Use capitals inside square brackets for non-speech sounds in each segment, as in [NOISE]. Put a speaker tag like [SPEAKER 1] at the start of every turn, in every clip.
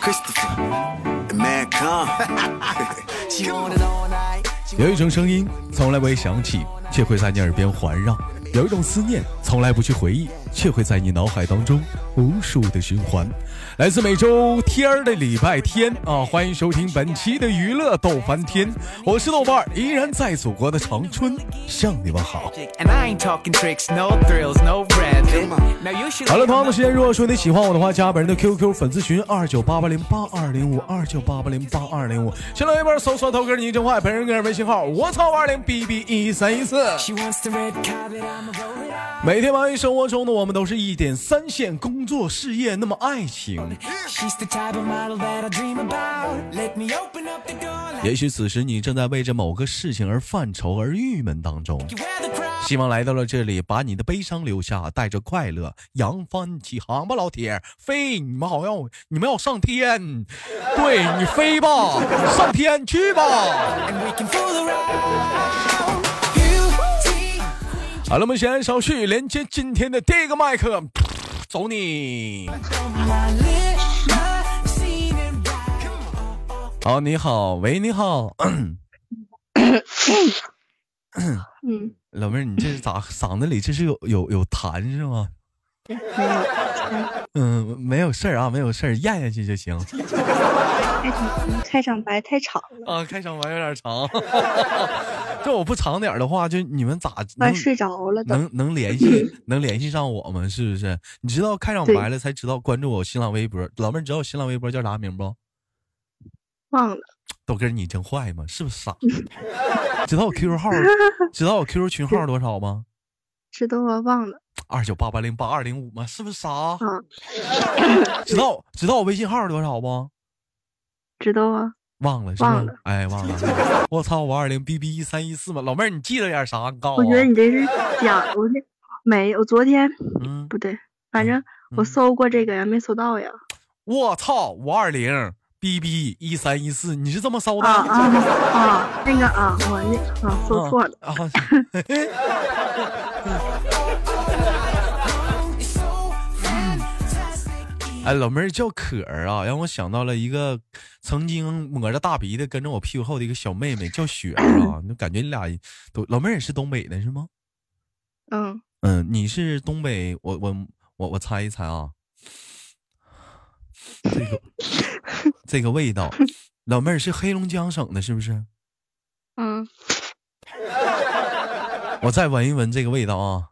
[SPEAKER 1] Christopher and mankind. [LAUGHS] she wanted all night.
[SPEAKER 2] 有一种声音从来不会响起，却会在你耳边环绕；有一种思念从来不去回忆，却会在你脑海当中无数的循环。来自每周天儿的礼拜天啊，欢迎收听本期的娱乐逗翻天，我是豆瓣儿，依然在祖国的长春向你们好。
[SPEAKER 3] And I ain't talking tricks, no thrills, no rapping. Now you should.
[SPEAKER 2] 好了，同样的时间，如果说你喜欢我的话，加本人的 QQ 粉丝群二九八八零八二零五二九八八零八二零五，新浪微博搜索“头哥你真坏”，本人个人微信号我操五二零 bb 一三一四。
[SPEAKER 3] She wants the red carpet, I'ma roll it out.
[SPEAKER 2] 每天忙于生活中的我们，都是一点三线，工作、事业，那么爱情。
[SPEAKER 3] She's the type of model that I dream about. Let me open up the door. Like
[SPEAKER 2] 也许此时你正在为着某个事情而犯愁、而郁闷当中。
[SPEAKER 3] you wear the crown.
[SPEAKER 2] 希望来到了这里，把你的悲伤留下，带着快乐扬帆起航吧，老铁！飞，你们好像你们要上天，对你飞吧，上天去吧！
[SPEAKER 3] And we can fool around. Beauty.
[SPEAKER 2] 好了，我们闲言少叙，连接今天的第一个麦克，走你！
[SPEAKER 3] on my lips, seen and right.
[SPEAKER 2] 好，哦你好，喂，你好， [CLEARS THROAT]
[SPEAKER 4] [COUGHS] 嗯，
[SPEAKER 2] 老妹儿，你这是咋嗓子里这是有有有痰是吗？嗯，没有事儿啊，没有事儿，咽下去就行。
[SPEAKER 4] 开场白太长了，
[SPEAKER 2] 啊，开场白有点长， [LAUGHS] 这我不长点儿的话，就你们咋
[SPEAKER 4] 快
[SPEAKER 2] 能
[SPEAKER 4] 啊睡着了都。
[SPEAKER 2] 能能联系
[SPEAKER 4] [LAUGHS]
[SPEAKER 2] 能联系上我们是不是？你知道开场
[SPEAKER 4] 对
[SPEAKER 2] 白了才知道关注我新浪微博，老妹儿知道我新浪微博叫啥名不？
[SPEAKER 4] 忘了，
[SPEAKER 2] 豆哥儿你真坏吗？是不
[SPEAKER 4] [LAUGHS]
[SPEAKER 2] 是傻？知道我 QQ 号儿，知道我 QQ 群号儿多少吗？
[SPEAKER 4] 知道啊，忘了
[SPEAKER 2] 二九八八零八二零五吗？是不是傻？
[SPEAKER 4] 啊，
[SPEAKER 2] 知道知道我微信号儿多少不？
[SPEAKER 4] 知道啊，
[SPEAKER 2] 忘了是吗
[SPEAKER 4] 忘了？
[SPEAKER 2] 哎，忘
[SPEAKER 4] [LAUGHS]
[SPEAKER 2] 了。我操，五二零 bb 一三一四嘛，老妹儿你记得点啥？你告诉
[SPEAKER 4] 我
[SPEAKER 2] 我。
[SPEAKER 4] 觉得你这是假，我这没，我昨天
[SPEAKER 2] 嗯，
[SPEAKER 4] 不对，反正
[SPEAKER 2] 嗯
[SPEAKER 4] 我搜过这个呀，没搜到呀。
[SPEAKER 2] 我操，五二零 bb 一三一四，你是这么搜的？
[SPEAKER 4] 啊啊啊，那个啊，我那啊搜错了，
[SPEAKER 2] 啊，
[SPEAKER 3] It's so
[SPEAKER 2] [LAUGHS]
[SPEAKER 3] fantastic.
[SPEAKER 2] 哎，老妹儿叫可儿啊，让我想到了一个曾经抹着大鼻子跟着我屁股后的一个小妹妹，叫雪儿啊。 [COUGHS] 那感觉你俩都，老妹儿也是东北的是吗？
[SPEAKER 4] 嗯，
[SPEAKER 2] 嗯，你是东北，我我我我猜一猜啊，这个这个味道，老妹儿是黑龙江省的，是不是？
[SPEAKER 4] 嗯，
[SPEAKER 2] 我再闻一闻这个味道啊。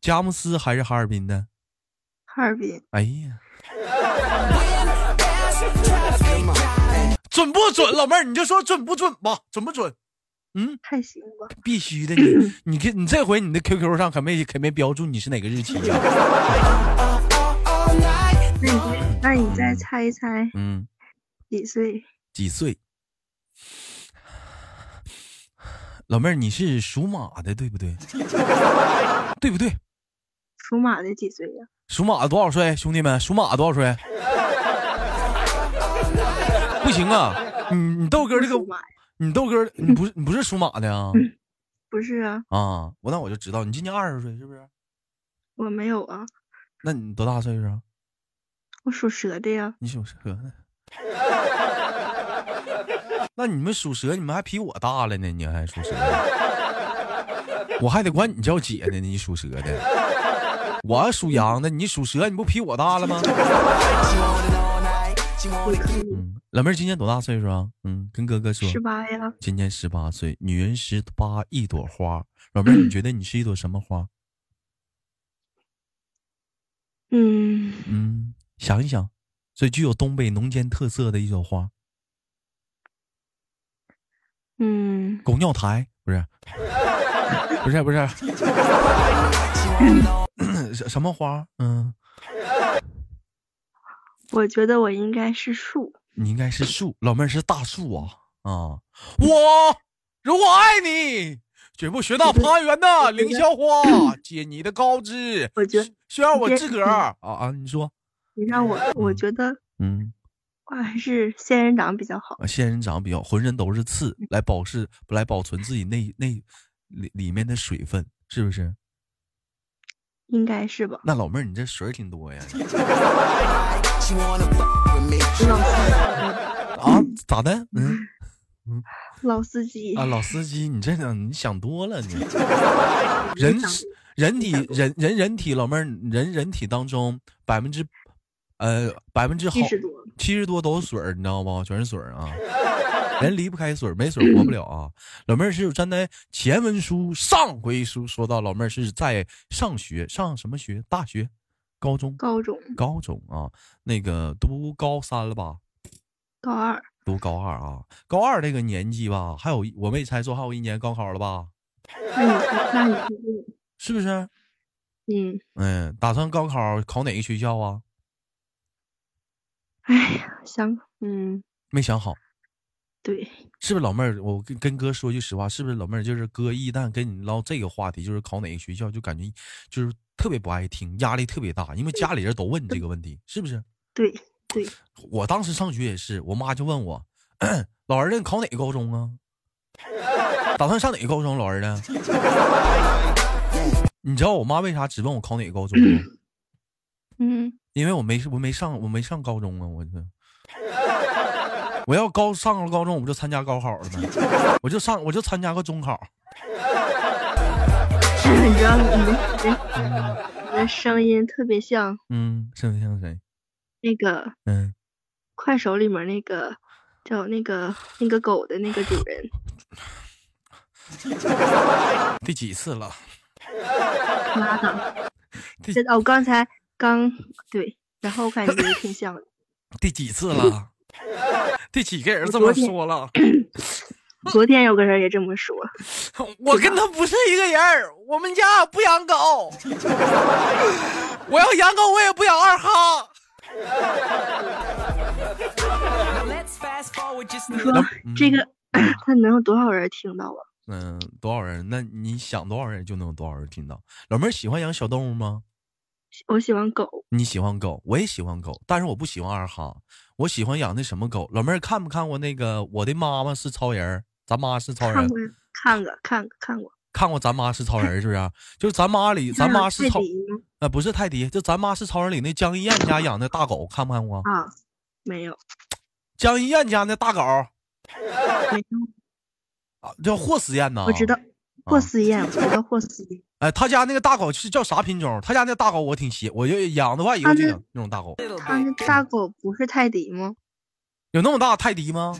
[SPEAKER 2] 佳木斯还是哈尔滨的？
[SPEAKER 4] 哈尔滨
[SPEAKER 2] 哎呀，准不准？老妹儿，你就说准不准吧？准不准？
[SPEAKER 4] 太行了吧？
[SPEAKER 2] 必须的，你你看你这回你的 QQ 上可没可没标注你是哪个日期啊呀、
[SPEAKER 4] 那你再那你再猜一猜
[SPEAKER 2] 嗯，
[SPEAKER 4] 几岁？
[SPEAKER 2] 几岁？老妹儿，你是属马的对不 [LAUGHS] 对？对不对？
[SPEAKER 4] 属马的几岁呀？
[SPEAKER 2] 属马多少岁？兄弟们，属马多少岁？ [LAUGHS] 不行啊！你你豆哥这个
[SPEAKER 4] 属，马呀？嗯
[SPEAKER 2] 你豆哥，你不是你不是属马的啊？
[SPEAKER 4] 不是啊，
[SPEAKER 2] 啊，我那我就知道你今年二十岁是不是？
[SPEAKER 4] 我没有啊，
[SPEAKER 2] 那你多大岁数啊？
[SPEAKER 4] 我属蛇的呀。
[SPEAKER 2] 你属蛇的。 [LAUGHS] 那你们属蛇，你们还比我大了呢，你还属蛇？我还得管你叫姐呢，你属蛇的。我属羊的，你属蛇，你不比我大了吗？嗯，老妹儿今年多大岁数啊？嗯，跟哥哥说，
[SPEAKER 4] 十八呀，
[SPEAKER 2] 今年十八岁。女人十八一朵花，老妹儿，你觉得你是一朵什么花？
[SPEAKER 4] [CLEARS THROAT] 嗯，
[SPEAKER 2] 嗯，想一想，最具有东北农间特色的一朵花，
[SPEAKER 4] 嗯，
[SPEAKER 2] 狗尿苔不
[SPEAKER 4] [LAUGHS]
[SPEAKER 2] 是，不是不是，什什么花？嗯，
[SPEAKER 4] 我觉得我应该是树。
[SPEAKER 2] 你应该是树，老妹儿是大树啊啊！
[SPEAKER 4] 嗯
[SPEAKER 2] 我如果爱你，绝不学那攀援的凌霄花，借你的高枝，
[SPEAKER 4] 我觉得
[SPEAKER 2] 需要我
[SPEAKER 4] 你
[SPEAKER 2] 自个
[SPEAKER 4] 嗯
[SPEAKER 2] 儿啊啊！你说，
[SPEAKER 4] 你让我，我觉得
[SPEAKER 2] 嗯，
[SPEAKER 4] 我还是仙人掌比较好。
[SPEAKER 2] 啊，仙人掌比较浑身都是刺，
[SPEAKER 4] 嗯
[SPEAKER 2] 来保释来保存自己内内里里面的水分，是不是？
[SPEAKER 4] 应该是吧？
[SPEAKER 2] 那老妹儿，你这水儿挺多
[SPEAKER 4] [LAUGHS]
[SPEAKER 2] 呀？
[SPEAKER 1] She wanna fuck with me.
[SPEAKER 4] 老司
[SPEAKER 2] 啊，咋的？嗯
[SPEAKER 4] [LAUGHS] 老司机
[SPEAKER 2] 啊，老司机，你这个你想多了
[SPEAKER 4] [LAUGHS]
[SPEAKER 2] 你。人是人体人人人体老妹儿，人人体当中百分之呃百分之好
[SPEAKER 4] 七十多，
[SPEAKER 2] 七十多都是水儿，你知道不？全是水儿啊， [LAUGHS] 人离不开水儿，没水儿活不了啊。 [CLEARS THROAT] 老妹儿是站在前文书上回书说到，老妹儿是在上学，上什么学？大学、高中、
[SPEAKER 4] 高中
[SPEAKER 2] 高中啊，那个读高三了吧？
[SPEAKER 4] 高二
[SPEAKER 2] 读高二啊，高二这个年纪吧，还有一我没猜错，还有一年高考了吧？
[SPEAKER 4] 那你那你是不
[SPEAKER 2] 是不
[SPEAKER 4] 是
[SPEAKER 2] 是？
[SPEAKER 4] 嗯，
[SPEAKER 2] 嗯，打算高考考哪个学校啊？
[SPEAKER 4] 哎呀，想嗯，
[SPEAKER 2] 没想好，
[SPEAKER 4] 对，
[SPEAKER 2] 是不是老妹儿？我跟跟哥说句实话，是不是老妹儿？就是哥一旦跟你唠这个话题，就是考哪个学校，就感觉就是特别不爱听，压力特别大，因为家里人都问你这个问题，是不是？
[SPEAKER 4] 对对，
[SPEAKER 2] 我当时上学也是，我妈就问我，老儿子你考哪个高中啊？打算上哪个高中？老儿子？ [LAUGHS] 你知道我妈为啥只问我考哪个高中吗？
[SPEAKER 4] 嗯， [LAUGHS]
[SPEAKER 2] 因为我没我没上我没上高中啊，我这。我要高上了高中，我不就参加高考了吗？我就上我就参加个中考。
[SPEAKER 4] 你知道你的你的你的声音特别像
[SPEAKER 2] 嗯，像像谁？
[SPEAKER 4] 那个
[SPEAKER 2] 嗯，
[SPEAKER 4] 快手里面那个叫那个那个狗的那个主人，
[SPEAKER 2] 第几次了？
[SPEAKER 4] 拉倒，
[SPEAKER 2] 第
[SPEAKER 4] 这呃我刚才刚对，然后我感觉也挺像的。
[SPEAKER 2] 第几次了？ [LAUGHS] 第几个人这
[SPEAKER 4] 我
[SPEAKER 2] 么
[SPEAKER 4] 昨天
[SPEAKER 2] 说了？ [LAUGHS]
[SPEAKER 4] 昨天有个人也这么说，
[SPEAKER 2] 我跟他不是一个人儿，我们家不养狗。 [LAUGHS] 我要养狗，我也不养二哈。
[SPEAKER 3] Now let's fast forward just a
[SPEAKER 4] 说
[SPEAKER 3] little.
[SPEAKER 4] 这个 [CLEARS THROAT] 他能有多少人听到啊？
[SPEAKER 2] 嗯，多少人？那你想多少人就能有多少人听到。老妹儿喜欢养小动物吗？
[SPEAKER 4] 我喜欢狗，
[SPEAKER 2] 你喜欢狗，我也喜欢狗，但是我不喜欢二哈，我喜欢养那什么狗。老妹儿看没看过那个《我的妈妈是超人儿》？咱妈是超人
[SPEAKER 4] 看
[SPEAKER 2] 儿
[SPEAKER 4] 过，看过看过看过，
[SPEAKER 2] 看过咱妈是超人儿是不是？就是咱妈里，咱妈是超
[SPEAKER 4] 泰迪吗
[SPEAKER 2] 呃不是泰迪，就咱妈是超人里那江一燕家养的大狗，看没看过？
[SPEAKER 4] 啊，没有
[SPEAKER 2] 江一燕家那大狗啊
[SPEAKER 4] 没有，
[SPEAKER 2] 叫霍思燕呐，
[SPEAKER 4] 我知道。
[SPEAKER 2] 啊
[SPEAKER 4] 霍思燕，我知道霍思燕，
[SPEAKER 2] 哎，他家那个大狗是叫啥品种？他家那大狗我挺喜，我就养的话以后
[SPEAKER 4] 它
[SPEAKER 2] 就
[SPEAKER 4] 那
[SPEAKER 2] 养那种大狗。
[SPEAKER 4] 他那大狗不是泰迪吗？
[SPEAKER 2] 有那么大泰迪吗？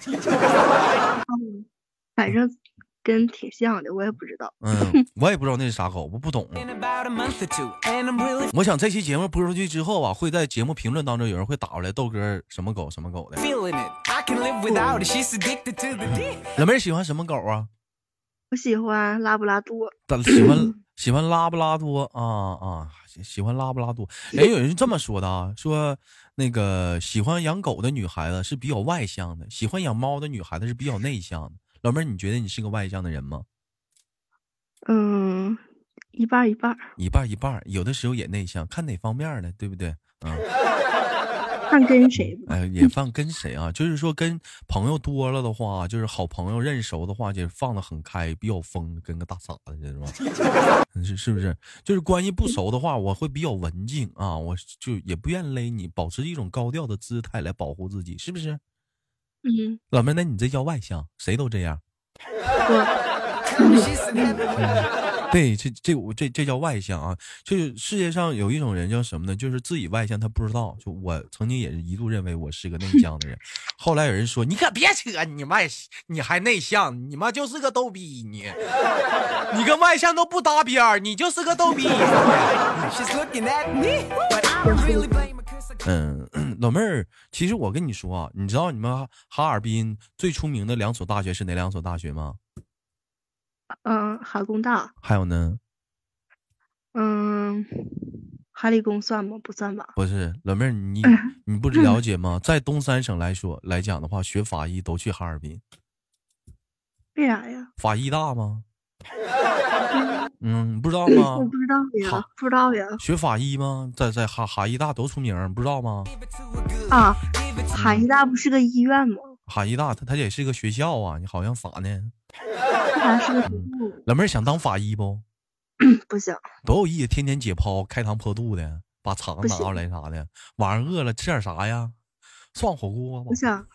[SPEAKER 4] 反正跟挺像的，我也不知道。 [LAUGHS]
[SPEAKER 2] 嗯，我也不知道那是啥狗，我不懂。
[SPEAKER 3] In about a month or two, and I'm really
[SPEAKER 2] 我想这期节目播出去之后啊，会在节目评论当中有人会打过来，豆哥什么狗什么 [LAUGHS] 狗的。
[SPEAKER 3] feeling it. I can live without it. She's addicted to the dick.
[SPEAKER 2] 老妹儿喜欢什么狗啊？
[SPEAKER 4] 我喜欢拉布拉多，
[SPEAKER 2] [LAUGHS] 但喜欢 [LAUGHS] 喜欢拉布拉多啊啊，喜喜欢拉布拉多。哎，有人这么说的啊，说那个喜欢养狗的女孩子是比较外向的，喜欢养猫的女孩子是比较内向的。老妹儿，你觉得你是个外向的人吗？
[SPEAKER 4] 嗯，一半儿一半儿，
[SPEAKER 2] 一半儿一半儿，有的时候也内向，看哪方面儿呢，对不对？啊，
[SPEAKER 4] 看跟谁吧。
[SPEAKER 2] 哎，也放跟谁啊？就是说跟朋友多了的话，就是好朋友认熟的话，就放的很开，比较疯，跟个大傻子似的，是吧？嗯是是不是？就是关系不熟的话，我会比较文静啊，我就也不愿勒你，保持一种高调的姿态来保护自己，是不是？
[SPEAKER 4] 嗯，
[SPEAKER 2] 老妹儿，那你这叫外向，谁都这样。
[SPEAKER 4] 我
[SPEAKER 3] Tell me she's in heaven.
[SPEAKER 2] [LAUGHS] 对，这这我这这叫外向啊！就是世界上有一种人叫什么呢？就是自己外向，他不知道。就我曾经也是一度认为我是个内向的人，后来有人说你可别扯，你外你还内向，你妈就是个逗逼，你你跟外向都不搭边儿，你就是个逗逼。
[SPEAKER 3] She's looking at me, but I don't really blame her 'cause I
[SPEAKER 2] 嗯，老妹儿，其实我跟你说啊，你知道你们哈哈尔滨最出名的两所大学是哪两所大学吗？
[SPEAKER 4] 嗯，哈工大，
[SPEAKER 2] 还有呢？
[SPEAKER 4] 嗯，哈理工算吗？不算吧。
[SPEAKER 2] 不是老妹儿，你
[SPEAKER 4] 嗯
[SPEAKER 2] 你不了解吗？在东三省来说来讲的话，学法医都去哈尔滨，
[SPEAKER 4] 为啥呀？
[SPEAKER 2] 法医大吗？ [LAUGHS] 嗯，不知道吗
[SPEAKER 4] 我？不知道呀
[SPEAKER 2] 好，
[SPEAKER 4] 不知道呀。
[SPEAKER 2] 学法医吗？在在哈哈医大都出名儿，不知道吗？
[SPEAKER 3] give it to her good.
[SPEAKER 4] 啊，
[SPEAKER 3] Give it to
[SPEAKER 4] 海医大不是个医院吗？
[SPEAKER 2] 哈医大它它也是个学校啊，你好像咋呢？
[SPEAKER 4] 为啥是个医院？
[SPEAKER 2] 老妹儿想当法医不？
[SPEAKER 4] 不行，
[SPEAKER 2] 多有意思！天天解剖，开膛破肚的，把肠子
[SPEAKER 4] 不
[SPEAKER 2] 拿
[SPEAKER 4] 行
[SPEAKER 2] 过来啥的。晚上饿了吃点啥呀？涮火锅吧
[SPEAKER 4] 不。行，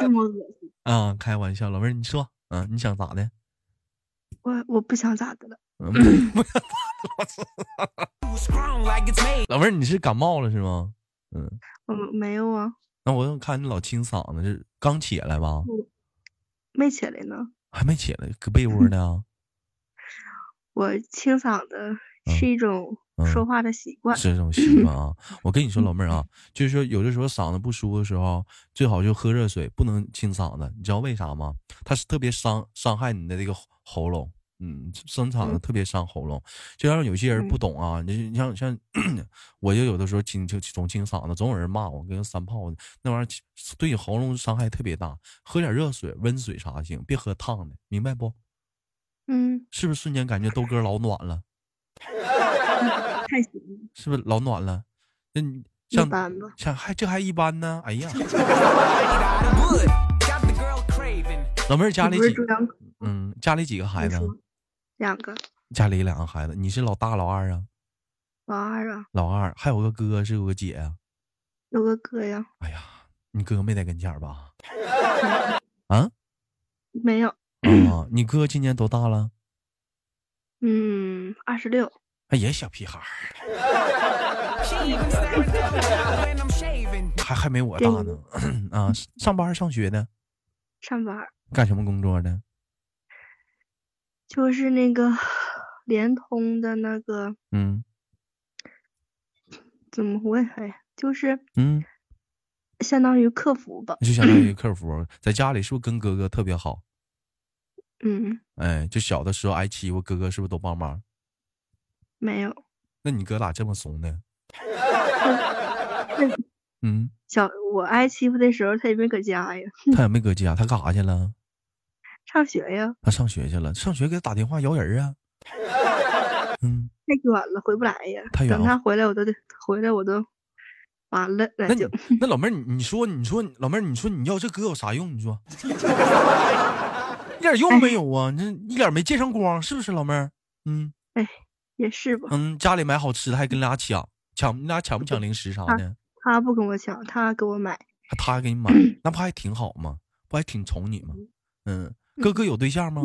[SPEAKER 4] 这么恶心，
[SPEAKER 2] 啊、开玩笑，老妹儿，你说，嗯、你想咋的？
[SPEAKER 4] 我我不想咋的了，
[SPEAKER 2] 嗯 [LAUGHS] 不
[SPEAKER 3] Who's grown like it's made.
[SPEAKER 2] 老妹儿，你是感冒了是吗？
[SPEAKER 4] 我没有啊，
[SPEAKER 2] 那我看你老清嗓子，这刚起来吧？
[SPEAKER 4] 没起来呢，
[SPEAKER 2] 还没起来，搁被窝呢。
[SPEAKER 4] 我清嗓子
[SPEAKER 2] 嗯
[SPEAKER 4] 是一种
[SPEAKER 2] 嗯
[SPEAKER 4] 说话的习惯，
[SPEAKER 2] 是这种习惯
[SPEAKER 4] [LAUGHS]
[SPEAKER 2] 啊。我跟你说，老妹儿啊，就是说有的时候嗓子不舒服的时候，最好就喝热水，不能清嗓子。你知道为啥吗？它是特别伤伤害你的这个喉喉咙。嗯，生嗓子
[SPEAKER 4] 嗯
[SPEAKER 2] 特别伤喉咙，就像有些人
[SPEAKER 4] 嗯
[SPEAKER 2] 不懂啊，你你像像 [CLEARS THROAT] 我就有的时候清就总清嗓子，总有人骂我跟三炮那玩意儿对喉咙伤害特别大，喝点热水、温水啥行，别喝烫的，明白不？
[SPEAKER 4] 嗯，
[SPEAKER 2] 是不是瞬间感觉豆哥老暖了？
[SPEAKER 4] 太行了，
[SPEAKER 2] 是不是老暖了？那你
[SPEAKER 4] 一
[SPEAKER 2] 像
[SPEAKER 4] 般吧，
[SPEAKER 2] 像还这还一般呢？哎
[SPEAKER 4] [LAUGHS]
[SPEAKER 2] 呀，
[SPEAKER 3] Made out of wood. Got the girl craving.
[SPEAKER 2] 老妹儿家
[SPEAKER 4] 你
[SPEAKER 2] 里
[SPEAKER 4] 不是
[SPEAKER 2] 几
[SPEAKER 4] 中央口
[SPEAKER 2] 嗯，家里几个孩
[SPEAKER 4] 你
[SPEAKER 2] 子？
[SPEAKER 4] 说两个
[SPEAKER 2] 家里两个孩子，你是老大老二啊？
[SPEAKER 4] 老二啊，
[SPEAKER 2] 老二还有个哥，是有个姐啊？
[SPEAKER 4] 有个哥呀，
[SPEAKER 2] 哎呀，你哥没在跟前儿吧？啊
[SPEAKER 4] 没有，
[SPEAKER 2] 啊！你哥今年多大了？
[SPEAKER 4] 嗯，二十六，
[SPEAKER 2] 哎，也小屁孩儿，
[SPEAKER 3] She even staring down the aisle when I'm shaving.
[SPEAKER 2] 还还没我大呢。 [CLEARS THROAT] 啊，上班儿上学的，
[SPEAKER 4] 上班儿
[SPEAKER 2] 干什么工作的？
[SPEAKER 4] 就是那个 [LAUGHS] 联通的那个
[SPEAKER 2] 嗯
[SPEAKER 4] 怎么会？哎，就是
[SPEAKER 2] 嗯，
[SPEAKER 4] 相当于客服吧，
[SPEAKER 2] 就相当于客服，在家里是不是跟哥哥特别好？
[SPEAKER 4] 嗯，
[SPEAKER 2] 哎，就小的时候挨欺负，哥哥是不是都帮忙？
[SPEAKER 4] 没有，
[SPEAKER 2] 那你哥咋这么怂呢？
[SPEAKER 4] 那
[SPEAKER 2] 嗯，
[SPEAKER 4] 小我挨欺负的时候，他也没搁家呀，
[SPEAKER 2] 他也没搁家，他干啥去了？
[SPEAKER 4] 上学呀，
[SPEAKER 2] 他上学去了，上学给他打电话摇人啊。嗯，
[SPEAKER 4] 太远了，回不来呀。
[SPEAKER 2] 太远
[SPEAKER 4] 等
[SPEAKER 2] 了
[SPEAKER 4] 他回来，我都得回来，我都完了，
[SPEAKER 2] 那
[SPEAKER 4] 那
[SPEAKER 2] 你
[SPEAKER 4] 就
[SPEAKER 2] 那老妹儿，你你说你说老妹儿，你说你要这哥有啥用？你说，一点用没有啊？你这一点没见上光，是不是老妹儿？嗯
[SPEAKER 4] 也是吧。
[SPEAKER 2] 嗯，家里买好吃的还跟俩抢抢，你俩抢不抢零食啥的？
[SPEAKER 4] 他不跟我抢，他给我买，
[SPEAKER 2] 还他还给你
[SPEAKER 4] [CLEARS THROAT]
[SPEAKER 2] 买，那不还挺好吗？不还挺宠你吗？嗯，哥哥有对象
[SPEAKER 4] 嗯
[SPEAKER 2] 吗？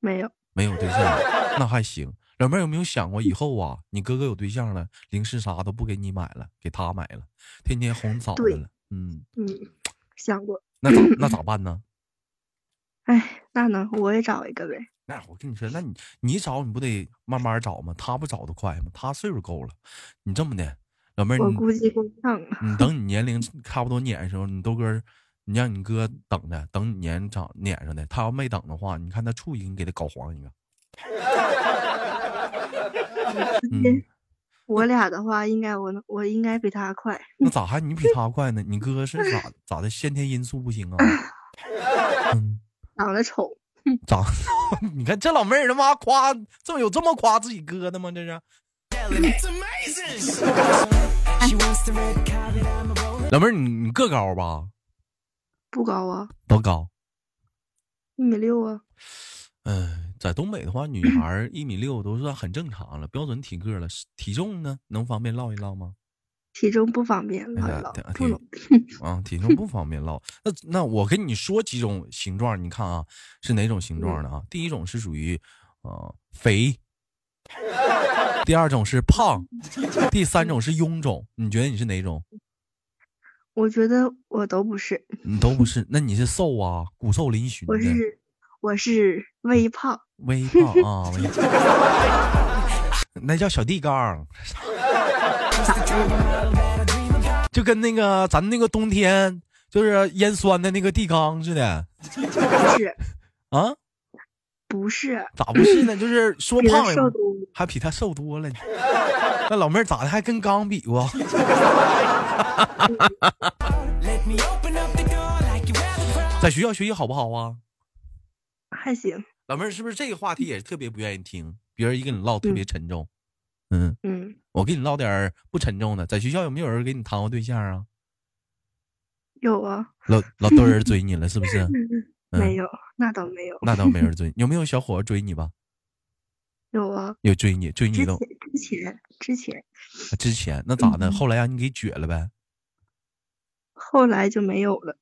[SPEAKER 4] 没有，
[SPEAKER 2] 没有对象， [LAUGHS] 那还行。老妹儿有没有想过以后啊，你哥哥有对象了，零食啥都不给你买了，给他买了，天天哄嫂子
[SPEAKER 4] 对
[SPEAKER 2] 了，嗯，
[SPEAKER 4] 嗯，想过。
[SPEAKER 2] 那
[SPEAKER 4] [CLEARS THROAT]
[SPEAKER 2] 咋那咋办呢？
[SPEAKER 4] 哎，那能我也找一个呗？
[SPEAKER 2] 那我跟你说，那你你找你不得慢慢找吗？他不找的快吗？他岁数够了，你这么的，老妹儿，
[SPEAKER 4] 我
[SPEAKER 2] 你
[SPEAKER 4] 估计跟不上啊。
[SPEAKER 2] 你等你年龄差不多撵的时候，你豆哥，你让你哥等着，等你年长撵上的，他要没等的话，你看他处一个，你给他搞黄一个，嗯，
[SPEAKER 4] 我俩的话，应该我能，我应该比他快。
[SPEAKER 2] 那咋还你比他快呢？你哥是咋咋的？先天因素不行啊？嗯，
[SPEAKER 4] 长得丑，
[SPEAKER 2] 咋？ [LAUGHS] 你看这老妹儿他妈夸这么有这么夸自己哥的吗？这是
[SPEAKER 3] It's amazing. She wants the red carpet. I'm a roller.
[SPEAKER 2] 老妹儿，你你个高吧？
[SPEAKER 4] 不高啊，
[SPEAKER 2] 多高？
[SPEAKER 4] 一米六啊。
[SPEAKER 2] 嗯，在东北的话，女孩儿一米六都算很正常了，标准体个了。体重呢，能方便唠一唠
[SPEAKER 4] [LAUGHS]
[SPEAKER 2] 吗？
[SPEAKER 4] 体重不方便唠
[SPEAKER 2] 哎
[SPEAKER 4] 一
[SPEAKER 2] 呀
[SPEAKER 4] 唠
[SPEAKER 2] 对，
[SPEAKER 4] 不
[SPEAKER 2] 对
[SPEAKER 4] 能。
[SPEAKER 2] 啊，体重不方便唠。那那我跟你说几种形状，你看啊，是哪种形状的啊？第一种是属于呃肥，第二种是胖，第三种是臃肿。你觉得你是哪种？
[SPEAKER 4] [LAUGHS] 我觉得我都不是，
[SPEAKER 2] 你都不是，那你是瘦啊，骨瘦嶙峋
[SPEAKER 4] 我
[SPEAKER 2] 的，
[SPEAKER 4] 是我是微胖，
[SPEAKER 2] 微胖啊，微胖。那叫小地缸， [LAUGHS] 就跟那个咱那个冬天就是腌酸的那个地缸似的
[SPEAKER 4] 不是
[SPEAKER 2] 啊。
[SPEAKER 4] 不
[SPEAKER 2] [LAUGHS]
[SPEAKER 4] 是，
[SPEAKER 2] 咋不是呢？就是说
[SPEAKER 4] 比他
[SPEAKER 2] 胖
[SPEAKER 4] 瘦
[SPEAKER 2] 了，
[SPEAKER 4] 多了。
[SPEAKER 2] 还比他瘦多了呢。那老妹儿咋的还跟刚比过？
[SPEAKER 3] Let me open up the door like you're rather proud.
[SPEAKER 2] 在学校学习好不好啊？
[SPEAKER 4] 还行，
[SPEAKER 2] 老妹儿是不是这个话题也是特别不愿意听？别人一跟你唠特别沉重。嗯，
[SPEAKER 4] 嗯，
[SPEAKER 2] 我给你唠点儿不沉重的。在学校有没有人给你谈过对象啊？
[SPEAKER 4] 有啊，
[SPEAKER 2] 老老多人追你了是不是？嗯
[SPEAKER 4] 没有，那倒没有，
[SPEAKER 2] 那倒没人追你。有没有小伙子追你吧？
[SPEAKER 4] 有啊，
[SPEAKER 2] 有追你，追
[SPEAKER 4] 之
[SPEAKER 2] 你
[SPEAKER 4] 前
[SPEAKER 2] 都
[SPEAKER 4] 之前之前，
[SPEAKER 2] 之前那咋的？
[SPEAKER 4] 嗯
[SPEAKER 2] 后来让你给撅了呗？
[SPEAKER 4] 后来就没有了，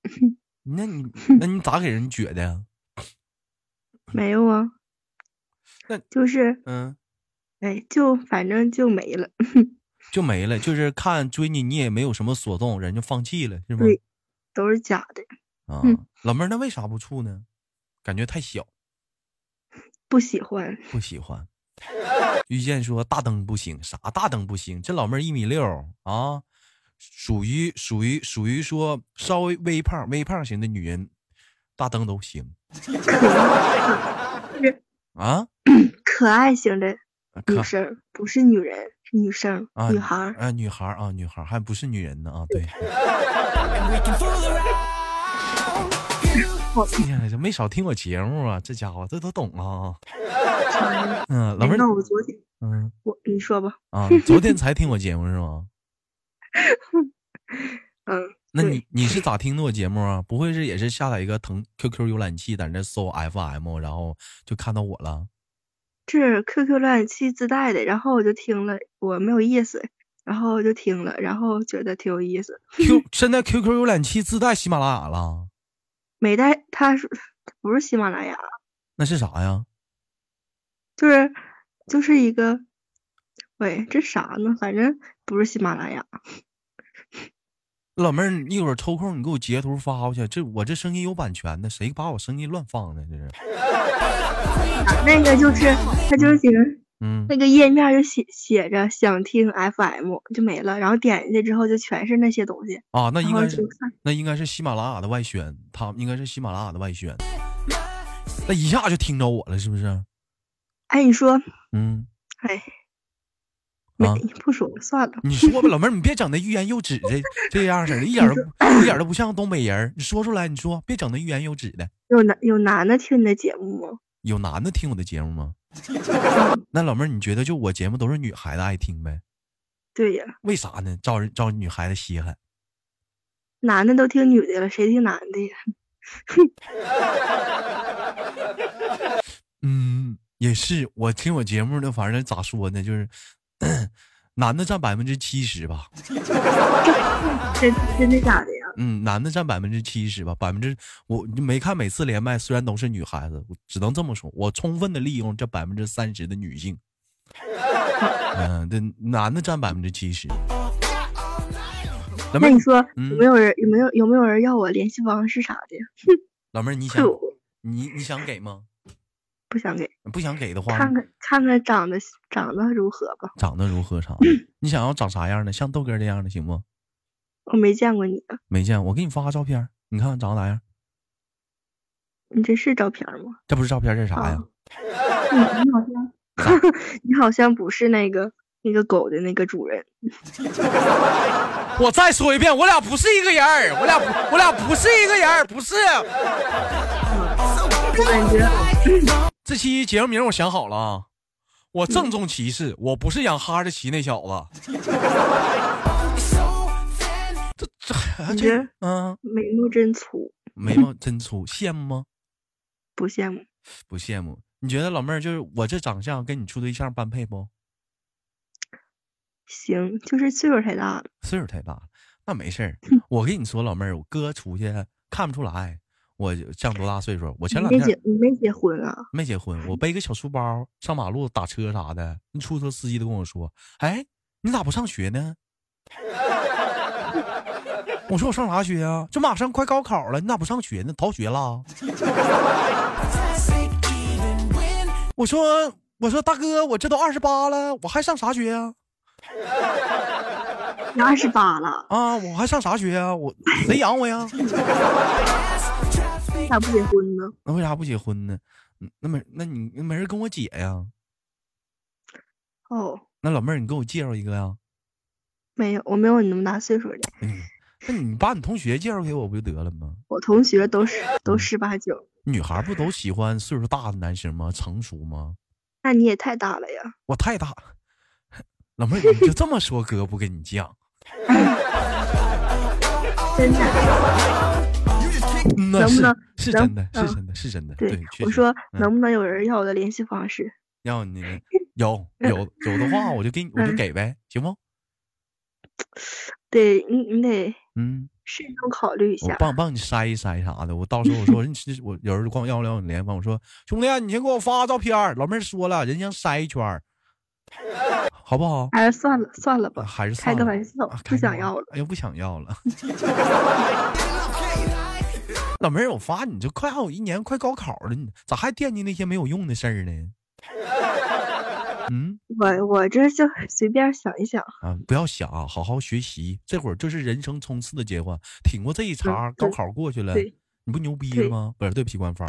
[SPEAKER 2] 那你那你咋给人撅的呀？
[SPEAKER 4] 没有啊
[SPEAKER 2] 嗯那。
[SPEAKER 4] 就是
[SPEAKER 2] 嗯，
[SPEAKER 4] 哎，就反正就没了。 [LAUGHS]
[SPEAKER 2] 就没了，就是看追你，你也没有什么所动，人就放弃了，是吗？
[SPEAKER 4] 对都是假的，
[SPEAKER 2] 啊，
[SPEAKER 4] 嗯
[SPEAKER 2] 老妹儿，那为啥不处呢？感觉太小，
[SPEAKER 4] 不喜欢。
[SPEAKER 2] 不喜欢。 [LAUGHS] 遇见说大灯不行，啥大灯不行？这老妹儿一米六啊，属于属于属于说稍微微胖微胖型的女人，大灯都行
[SPEAKER 4] 是。
[SPEAKER 2] 啊
[SPEAKER 4] 可爱型的
[SPEAKER 2] 可
[SPEAKER 4] 女生不是女人，是女生，
[SPEAKER 2] 啊
[SPEAKER 4] 女孩儿。
[SPEAKER 2] 啊女孩儿啊女孩儿还不是女人呢啊对，
[SPEAKER 3] And we can fool around.
[SPEAKER 2] 哎呀这没少听我节目啊，这家伙这都懂啊，嗯老妹
[SPEAKER 4] 哎那
[SPEAKER 2] 儿
[SPEAKER 4] 我昨天
[SPEAKER 2] 嗯
[SPEAKER 4] 我你说吧，
[SPEAKER 2] 啊昨天才听我节目是吗？
[SPEAKER 4] 嗯，
[SPEAKER 2] 那
[SPEAKER 4] 对
[SPEAKER 2] 你你是咋听的我节目啊？不会是也是下载一个腾 QQ 浏览器，在那搜 FM，然后就看到我了？
[SPEAKER 4] 这是 QQ 浏览器自带的，然后我就听了，我没有意思，然后我就听了，然后觉得挺有意思。
[SPEAKER 2] Q
[SPEAKER 4] [LAUGHS]
[SPEAKER 2] 现在 QQ 浏览器自带喜马拉雅了，
[SPEAKER 4] 没带，它是它不是喜马拉雅，
[SPEAKER 2] 那是啥呀？
[SPEAKER 4] 就是就是一个，喂，这啥呢？反正不是喜马拉雅，
[SPEAKER 2] 老妹儿，你一会儿抽空你给我截图发过去，这我这声音有版权的，谁把我声音乱放的？这是，
[SPEAKER 4] 那个就是它就是写着
[SPEAKER 2] 嗯，
[SPEAKER 4] 那个页面就写写着想听 FM 就没了，然后点进去之后就全是那些东西，
[SPEAKER 2] 啊，那
[SPEAKER 4] 然
[SPEAKER 2] 应
[SPEAKER 4] 后
[SPEAKER 2] 该
[SPEAKER 4] 就是看
[SPEAKER 2] 那应该是喜马拉雅的外宣，他应该是喜马拉雅的外宣，那一下就听着我了，是不是？
[SPEAKER 4] 哎，你说
[SPEAKER 2] 嗯，
[SPEAKER 4] 哎，没、
[SPEAKER 2] 啊，
[SPEAKER 4] 不说了，算了，
[SPEAKER 2] 你说吧，老妹儿，你别整那欲言又止这这样式儿的，一点儿都不一点儿都不像东北人儿。你说出来，你说，别整那欲言又止的。
[SPEAKER 4] 有男有男的听你的节目吗？
[SPEAKER 2] 有男的听我的节目吗？ [LAUGHS] 那老妹儿，你觉得就我节目都是女孩子爱听呗？
[SPEAKER 4] 对呀，
[SPEAKER 2] 为啥呢？招人招女孩子稀罕。
[SPEAKER 4] 男的都听女的了，谁听男的呀？
[SPEAKER 2] 嗯，也是。我听我节目的，反正咋说呢，就是 [CLEARS THROAT] 男的占百分之七十吧，
[SPEAKER 4] 真真的假的呀？
[SPEAKER 2] 嗯，男的占百分之七十吧，百分之我你没看每次连麦，虽然都是女孩子，我只能这么说，我充分的利用这百分之三十的女性。 [LAUGHS] 嗯，这男的占百分之七十。老妹
[SPEAKER 4] 那
[SPEAKER 2] 儿
[SPEAKER 4] 你，说、
[SPEAKER 2] 嗯
[SPEAKER 4] 有没有人有没有有没有人要我联系方式啥的呀？
[SPEAKER 2] 老妹儿，你想
[SPEAKER 4] 退我
[SPEAKER 2] 你你想给吗？
[SPEAKER 4] 不想给，
[SPEAKER 2] 不想给的话，
[SPEAKER 4] 看看看看长得长得如何吧，
[SPEAKER 2] 长得如何长？
[SPEAKER 4] 嗯
[SPEAKER 2] 你想要长啥样的？像豆哥这样的行不？
[SPEAKER 4] 我没见过你啊，
[SPEAKER 2] 没见，我给你发个照片儿，你看看长咋样？
[SPEAKER 4] 你这是照片吗？
[SPEAKER 2] 这不是照片，这是啥呀？
[SPEAKER 4] 你好像，你好像不是那个那个狗的那个主人。
[SPEAKER 2] 我再说一遍，我俩不是一个人儿，我俩不，我俩不是一个人儿，不是。
[SPEAKER 4] 我感觉
[SPEAKER 2] 这期节目名我想好了啊，我郑重其事，我不是养哈士奇那小子。这这还
[SPEAKER 4] 你
[SPEAKER 2] 这
[SPEAKER 4] 这
[SPEAKER 2] 嗯，
[SPEAKER 4] 眉毛真粗，
[SPEAKER 2] 眉毛真粗，羡慕吗？
[SPEAKER 4] 不羡慕，
[SPEAKER 2] 不羡慕。你觉得老妹儿就是我这长相跟你处对象般配不？
[SPEAKER 4] 行，就是岁数太大了。
[SPEAKER 2] 岁数太大了，那没事儿。
[SPEAKER 4] 嗯
[SPEAKER 2] 我跟你说，老妹儿，我哥出去看不出来我像多大岁数。我前两
[SPEAKER 4] 你
[SPEAKER 2] 天
[SPEAKER 4] 嗯没结，你没结婚啊？
[SPEAKER 2] 没结婚，我背个小书包上马路打车啥的，那出租车司机都跟我说：“哎，你咋不上学呢？” [LAUGHS] 我说我上啥学啊？这马上快高考了，你咋不上学呢？逃学啦？
[SPEAKER 3] Fantastic even when
[SPEAKER 2] 我说我说大哥，我这都二十八了，我还上啥学啊？
[SPEAKER 4] 你二十八了，
[SPEAKER 2] 啊，我还上啥学啊？我谁养我呀？ [LAUGHS]
[SPEAKER 4] 咋不结婚呢？
[SPEAKER 2] 那为啥不结婚呢？嗯那没那你那没人跟我姐呀？
[SPEAKER 4] 哦，
[SPEAKER 2] 那老妹儿，你给我介绍一个呀？哎
[SPEAKER 4] 没有，我没有你那么大岁数的。
[SPEAKER 2] 那你把你同学介绍给我不就得了吗？
[SPEAKER 4] 我同学都是都十八九，
[SPEAKER 2] 女孩不都喜欢岁数大的男生吗？成熟吗？
[SPEAKER 4] 那你也太大了呀！
[SPEAKER 2] 我太大，老妹儿，你就这么说，哥不跟你犟。
[SPEAKER 4] [LAUGHS] 真的，
[SPEAKER 2] 嗯呐，
[SPEAKER 4] 能不
[SPEAKER 2] 是
[SPEAKER 4] 能
[SPEAKER 2] 是
[SPEAKER 4] 能
[SPEAKER 2] 真的，
[SPEAKER 4] 嗯
[SPEAKER 2] 是真的，是真的。
[SPEAKER 4] 对
[SPEAKER 2] 确
[SPEAKER 4] 我
[SPEAKER 2] 实
[SPEAKER 4] 说
[SPEAKER 2] 嗯
[SPEAKER 4] 能不能有人要我的联系方式？
[SPEAKER 2] 让你有有有的话，我就给你，我就
[SPEAKER 4] 嗯
[SPEAKER 2] 给呗，行不？
[SPEAKER 4] 得你你得
[SPEAKER 2] 嗯，
[SPEAKER 4] 慎重考虑一
[SPEAKER 2] 我
[SPEAKER 4] 下。
[SPEAKER 2] 帮帮你筛一筛啥的。我到时候我说，人家我有人光要不了你联系方，我说兄弟啊，你先给我发照片儿。老妹儿说了，人家筛一圈儿，好不好？
[SPEAKER 4] 还是哎算了算了吧，
[SPEAKER 2] 呃还是
[SPEAKER 4] 开
[SPEAKER 2] 算
[SPEAKER 4] 个
[SPEAKER 2] 了
[SPEAKER 4] 玩笑
[SPEAKER 2] 啊，
[SPEAKER 4] 不
[SPEAKER 2] 开个
[SPEAKER 4] 想
[SPEAKER 2] 玩
[SPEAKER 4] 要了。
[SPEAKER 2] 哎呀，不想要了。 [LAUGHS] 老妹儿，我发你这快还有一年快高考了，你咋还惦记那些没有用的事儿呢？ [LAUGHS] 嗯
[SPEAKER 4] 我我这就 [LAUGHS] 随便想一想，
[SPEAKER 2] 啊，不要想，好好学习。这会儿就是人生冲刺的阶段，挺过这一茬，
[SPEAKER 4] 嗯
[SPEAKER 2] 高
[SPEAKER 4] 对
[SPEAKER 2] 考过去了，
[SPEAKER 4] 对
[SPEAKER 2] 你不牛逼了
[SPEAKER 4] 对
[SPEAKER 2] 吗？不是，对不起，官方，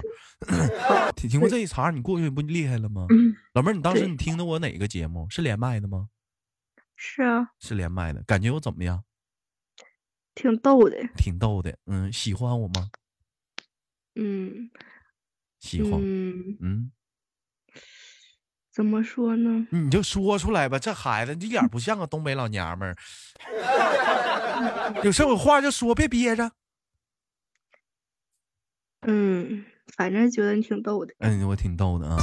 [SPEAKER 2] [COUGHS] 挺挺过这一茬，你过去不厉害了吗？
[SPEAKER 4] 嗯，
[SPEAKER 2] 老妹儿，你当时
[SPEAKER 4] 对
[SPEAKER 2] 你听的我哪个节目？是连麦的吗？
[SPEAKER 4] 是啊，
[SPEAKER 2] 是连麦的，感觉我怎么样？
[SPEAKER 4] 挺逗的，
[SPEAKER 2] 挺逗的，嗯，喜欢我吗？
[SPEAKER 4] 嗯
[SPEAKER 2] 喜欢，
[SPEAKER 4] 嗯，
[SPEAKER 2] 嗯
[SPEAKER 4] 怎么说呢？
[SPEAKER 2] 你就说出来吧，这孩子一点不像个东北老娘们儿。有事儿有话就说，别憋着。
[SPEAKER 4] 嗯，反正觉得你挺逗的，
[SPEAKER 2] 嗯，我挺逗的啊。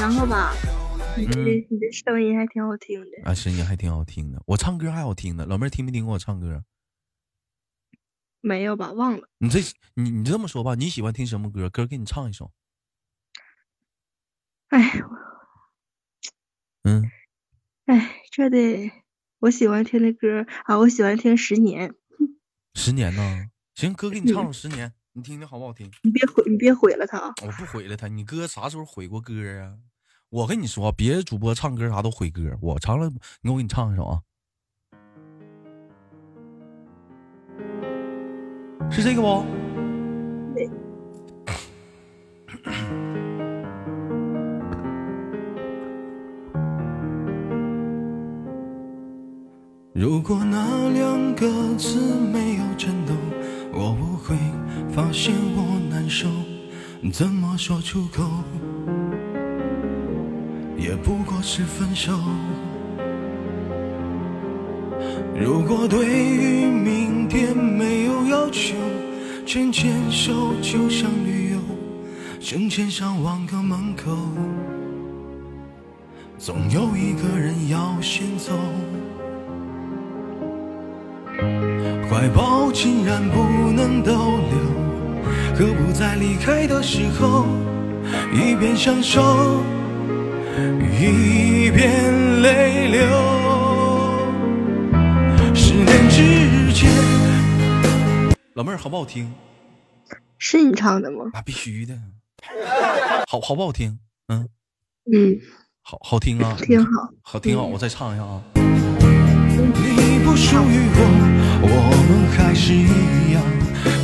[SPEAKER 4] 然后吧，你这
[SPEAKER 2] 嗯
[SPEAKER 4] 你这声音还挺好听的，
[SPEAKER 2] 啊，声音还挺好听的，我唱歌还好听呢。老妹儿听没听过我唱歌？啊
[SPEAKER 4] 没有吧？忘了，
[SPEAKER 2] 你这你你这么说吧，你喜欢听什么歌？哥给你唱一首。
[SPEAKER 4] 哎
[SPEAKER 2] 嗯，
[SPEAKER 4] 哎，这得我喜欢听的歌啊，我喜欢听《十年》，
[SPEAKER 2] 十年呢？行，哥给你唱首《十年》，你听听好不好听？
[SPEAKER 4] 你别毁你别毁了它啊，
[SPEAKER 2] 我不毁了他，你哥啥时候毁过歌啊？我跟你说，别的主播唱歌啥都毁歌，我唱了，你给我给你唱一首啊，是这个不？
[SPEAKER 4] 对
[SPEAKER 1] 如果那两个字没有颤抖，我不会发现我难受，怎么说出口，也不过是分手。如果对于明天没有要求，牵牵手就像旅游，成千上万个门口，总有一个人要先走。怀抱竟然不能逗留，何不在离开的时候，一边享受，一边泪流。十年之前，
[SPEAKER 2] 老妹儿好不好听？
[SPEAKER 4] 是你唱的吗？
[SPEAKER 1] 啊
[SPEAKER 2] 那、必须的，好好不好听？嗯，
[SPEAKER 4] 嗯，
[SPEAKER 2] 好好听啊，
[SPEAKER 4] 挺好，
[SPEAKER 2] 好听啊！我再唱一下啊，
[SPEAKER 1] 嗯你不属于我，我们还是一样，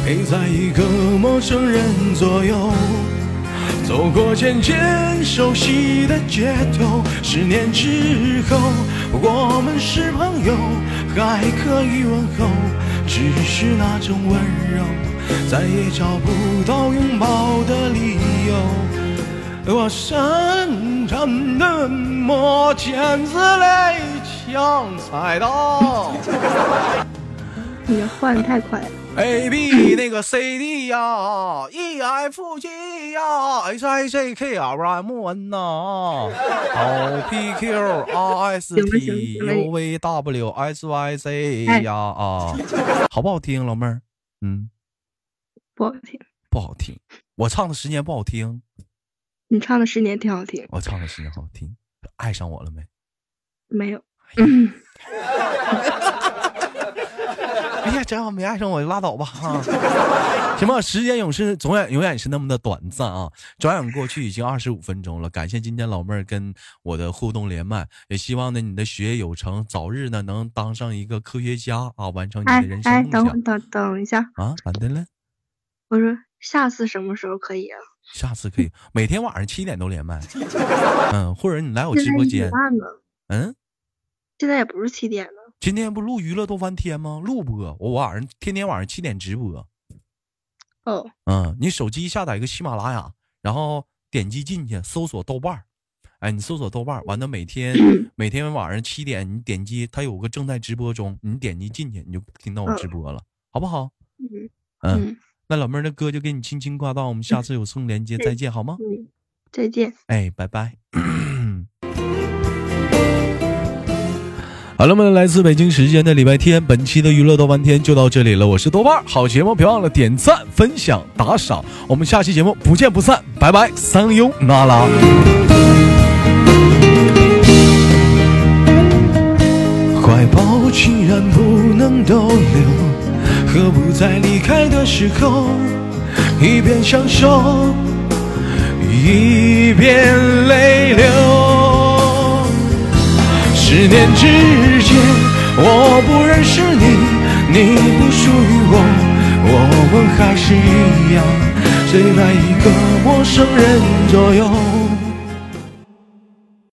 [SPEAKER 1] 陪在一个陌生人左右。走过渐渐熟悉的街头，十年之后，我们是朋友，还可以问候，只是那种温柔，再也找不到拥抱的理由。我深沉的墨剪子泪，像菜刀。
[SPEAKER 4] 你这换的太快了。
[SPEAKER 2] [LAUGHS] A B 那个 C D 呀、e F G 呀、H I J K R M N 呐、o P Q R S
[SPEAKER 4] 行了
[SPEAKER 2] T
[SPEAKER 4] 行了
[SPEAKER 2] U V W X Y Z
[SPEAKER 4] 哎
[SPEAKER 2] 呀啊，好不好听，老妹儿？嗯，
[SPEAKER 4] 不好听。
[SPEAKER 2] 不好听，我唱的十年不好听，
[SPEAKER 4] 你唱的《十年》挺好听，
[SPEAKER 2] 我唱的十年好听，爱上我了没？
[SPEAKER 4] 没有，
[SPEAKER 2] 哎呀，真好，没爱上我就拉倒吧啊！ [LAUGHS] 行吧，时间永是总远永远是那么的短暂啊！转眼过去已经二十五分钟了，感谢今天老妹儿跟我的互动连麦，也希望呢你的学业有成，早日呢能当上一个科学家啊，完成你
[SPEAKER 4] 哎
[SPEAKER 2] 的人
[SPEAKER 4] 哎，
[SPEAKER 2] 生梦想、
[SPEAKER 4] 等会儿等等一下，
[SPEAKER 2] 啊！咋的了？
[SPEAKER 4] 我说下次什么时候可以啊？
[SPEAKER 2] 下次可以每天晚上七点都连
[SPEAKER 4] [LAUGHS]
[SPEAKER 2] 麦，嗯，或者你来我
[SPEAKER 4] 现
[SPEAKER 2] 直
[SPEAKER 4] 在
[SPEAKER 2] 播
[SPEAKER 4] 一点
[SPEAKER 2] 间，
[SPEAKER 4] 半呢，
[SPEAKER 2] 嗯。
[SPEAKER 4] 现在也不是七点了，
[SPEAKER 2] 今天不录娱乐多翻天吗？录播，我晚上天天晚上七点直播。 [CLEARS THROAT]
[SPEAKER 4] 哦，
[SPEAKER 2] 嗯，你手机下载一个喜马拉雅，然后点击进去搜索豆瓣儿，哎，你搜索豆瓣儿，完了每天
[SPEAKER 4] 嗯
[SPEAKER 2] 每天晚上七点，你点击它有个正在直播中，你点击进去，你就听到我直播了，好不好？
[SPEAKER 4] 嗯
[SPEAKER 2] 嗯，
[SPEAKER 4] 嗯，
[SPEAKER 5] 那老妹儿，那哥就给你轻轻挂断，我们下次有空连接再见好吗？
[SPEAKER 4] 嗯，再见。
[SPEAKER 5] 哎，拜拜。好了，我们来自北京时间的礼拜天，本期的娱乐豆瓣天就到这里了。我是豆瓣儿，好节目别忘了点赞、分享、打赏。我们下期节目不见不散，拜拜，桑优那拉。
[SPEAKER 2] 怀抱既然不能逗留，何不在离开的时候，一边享受，一边泪流。十年之间，我不认识你，你不属于我，我们还是一样，陪在一个陌生人左右。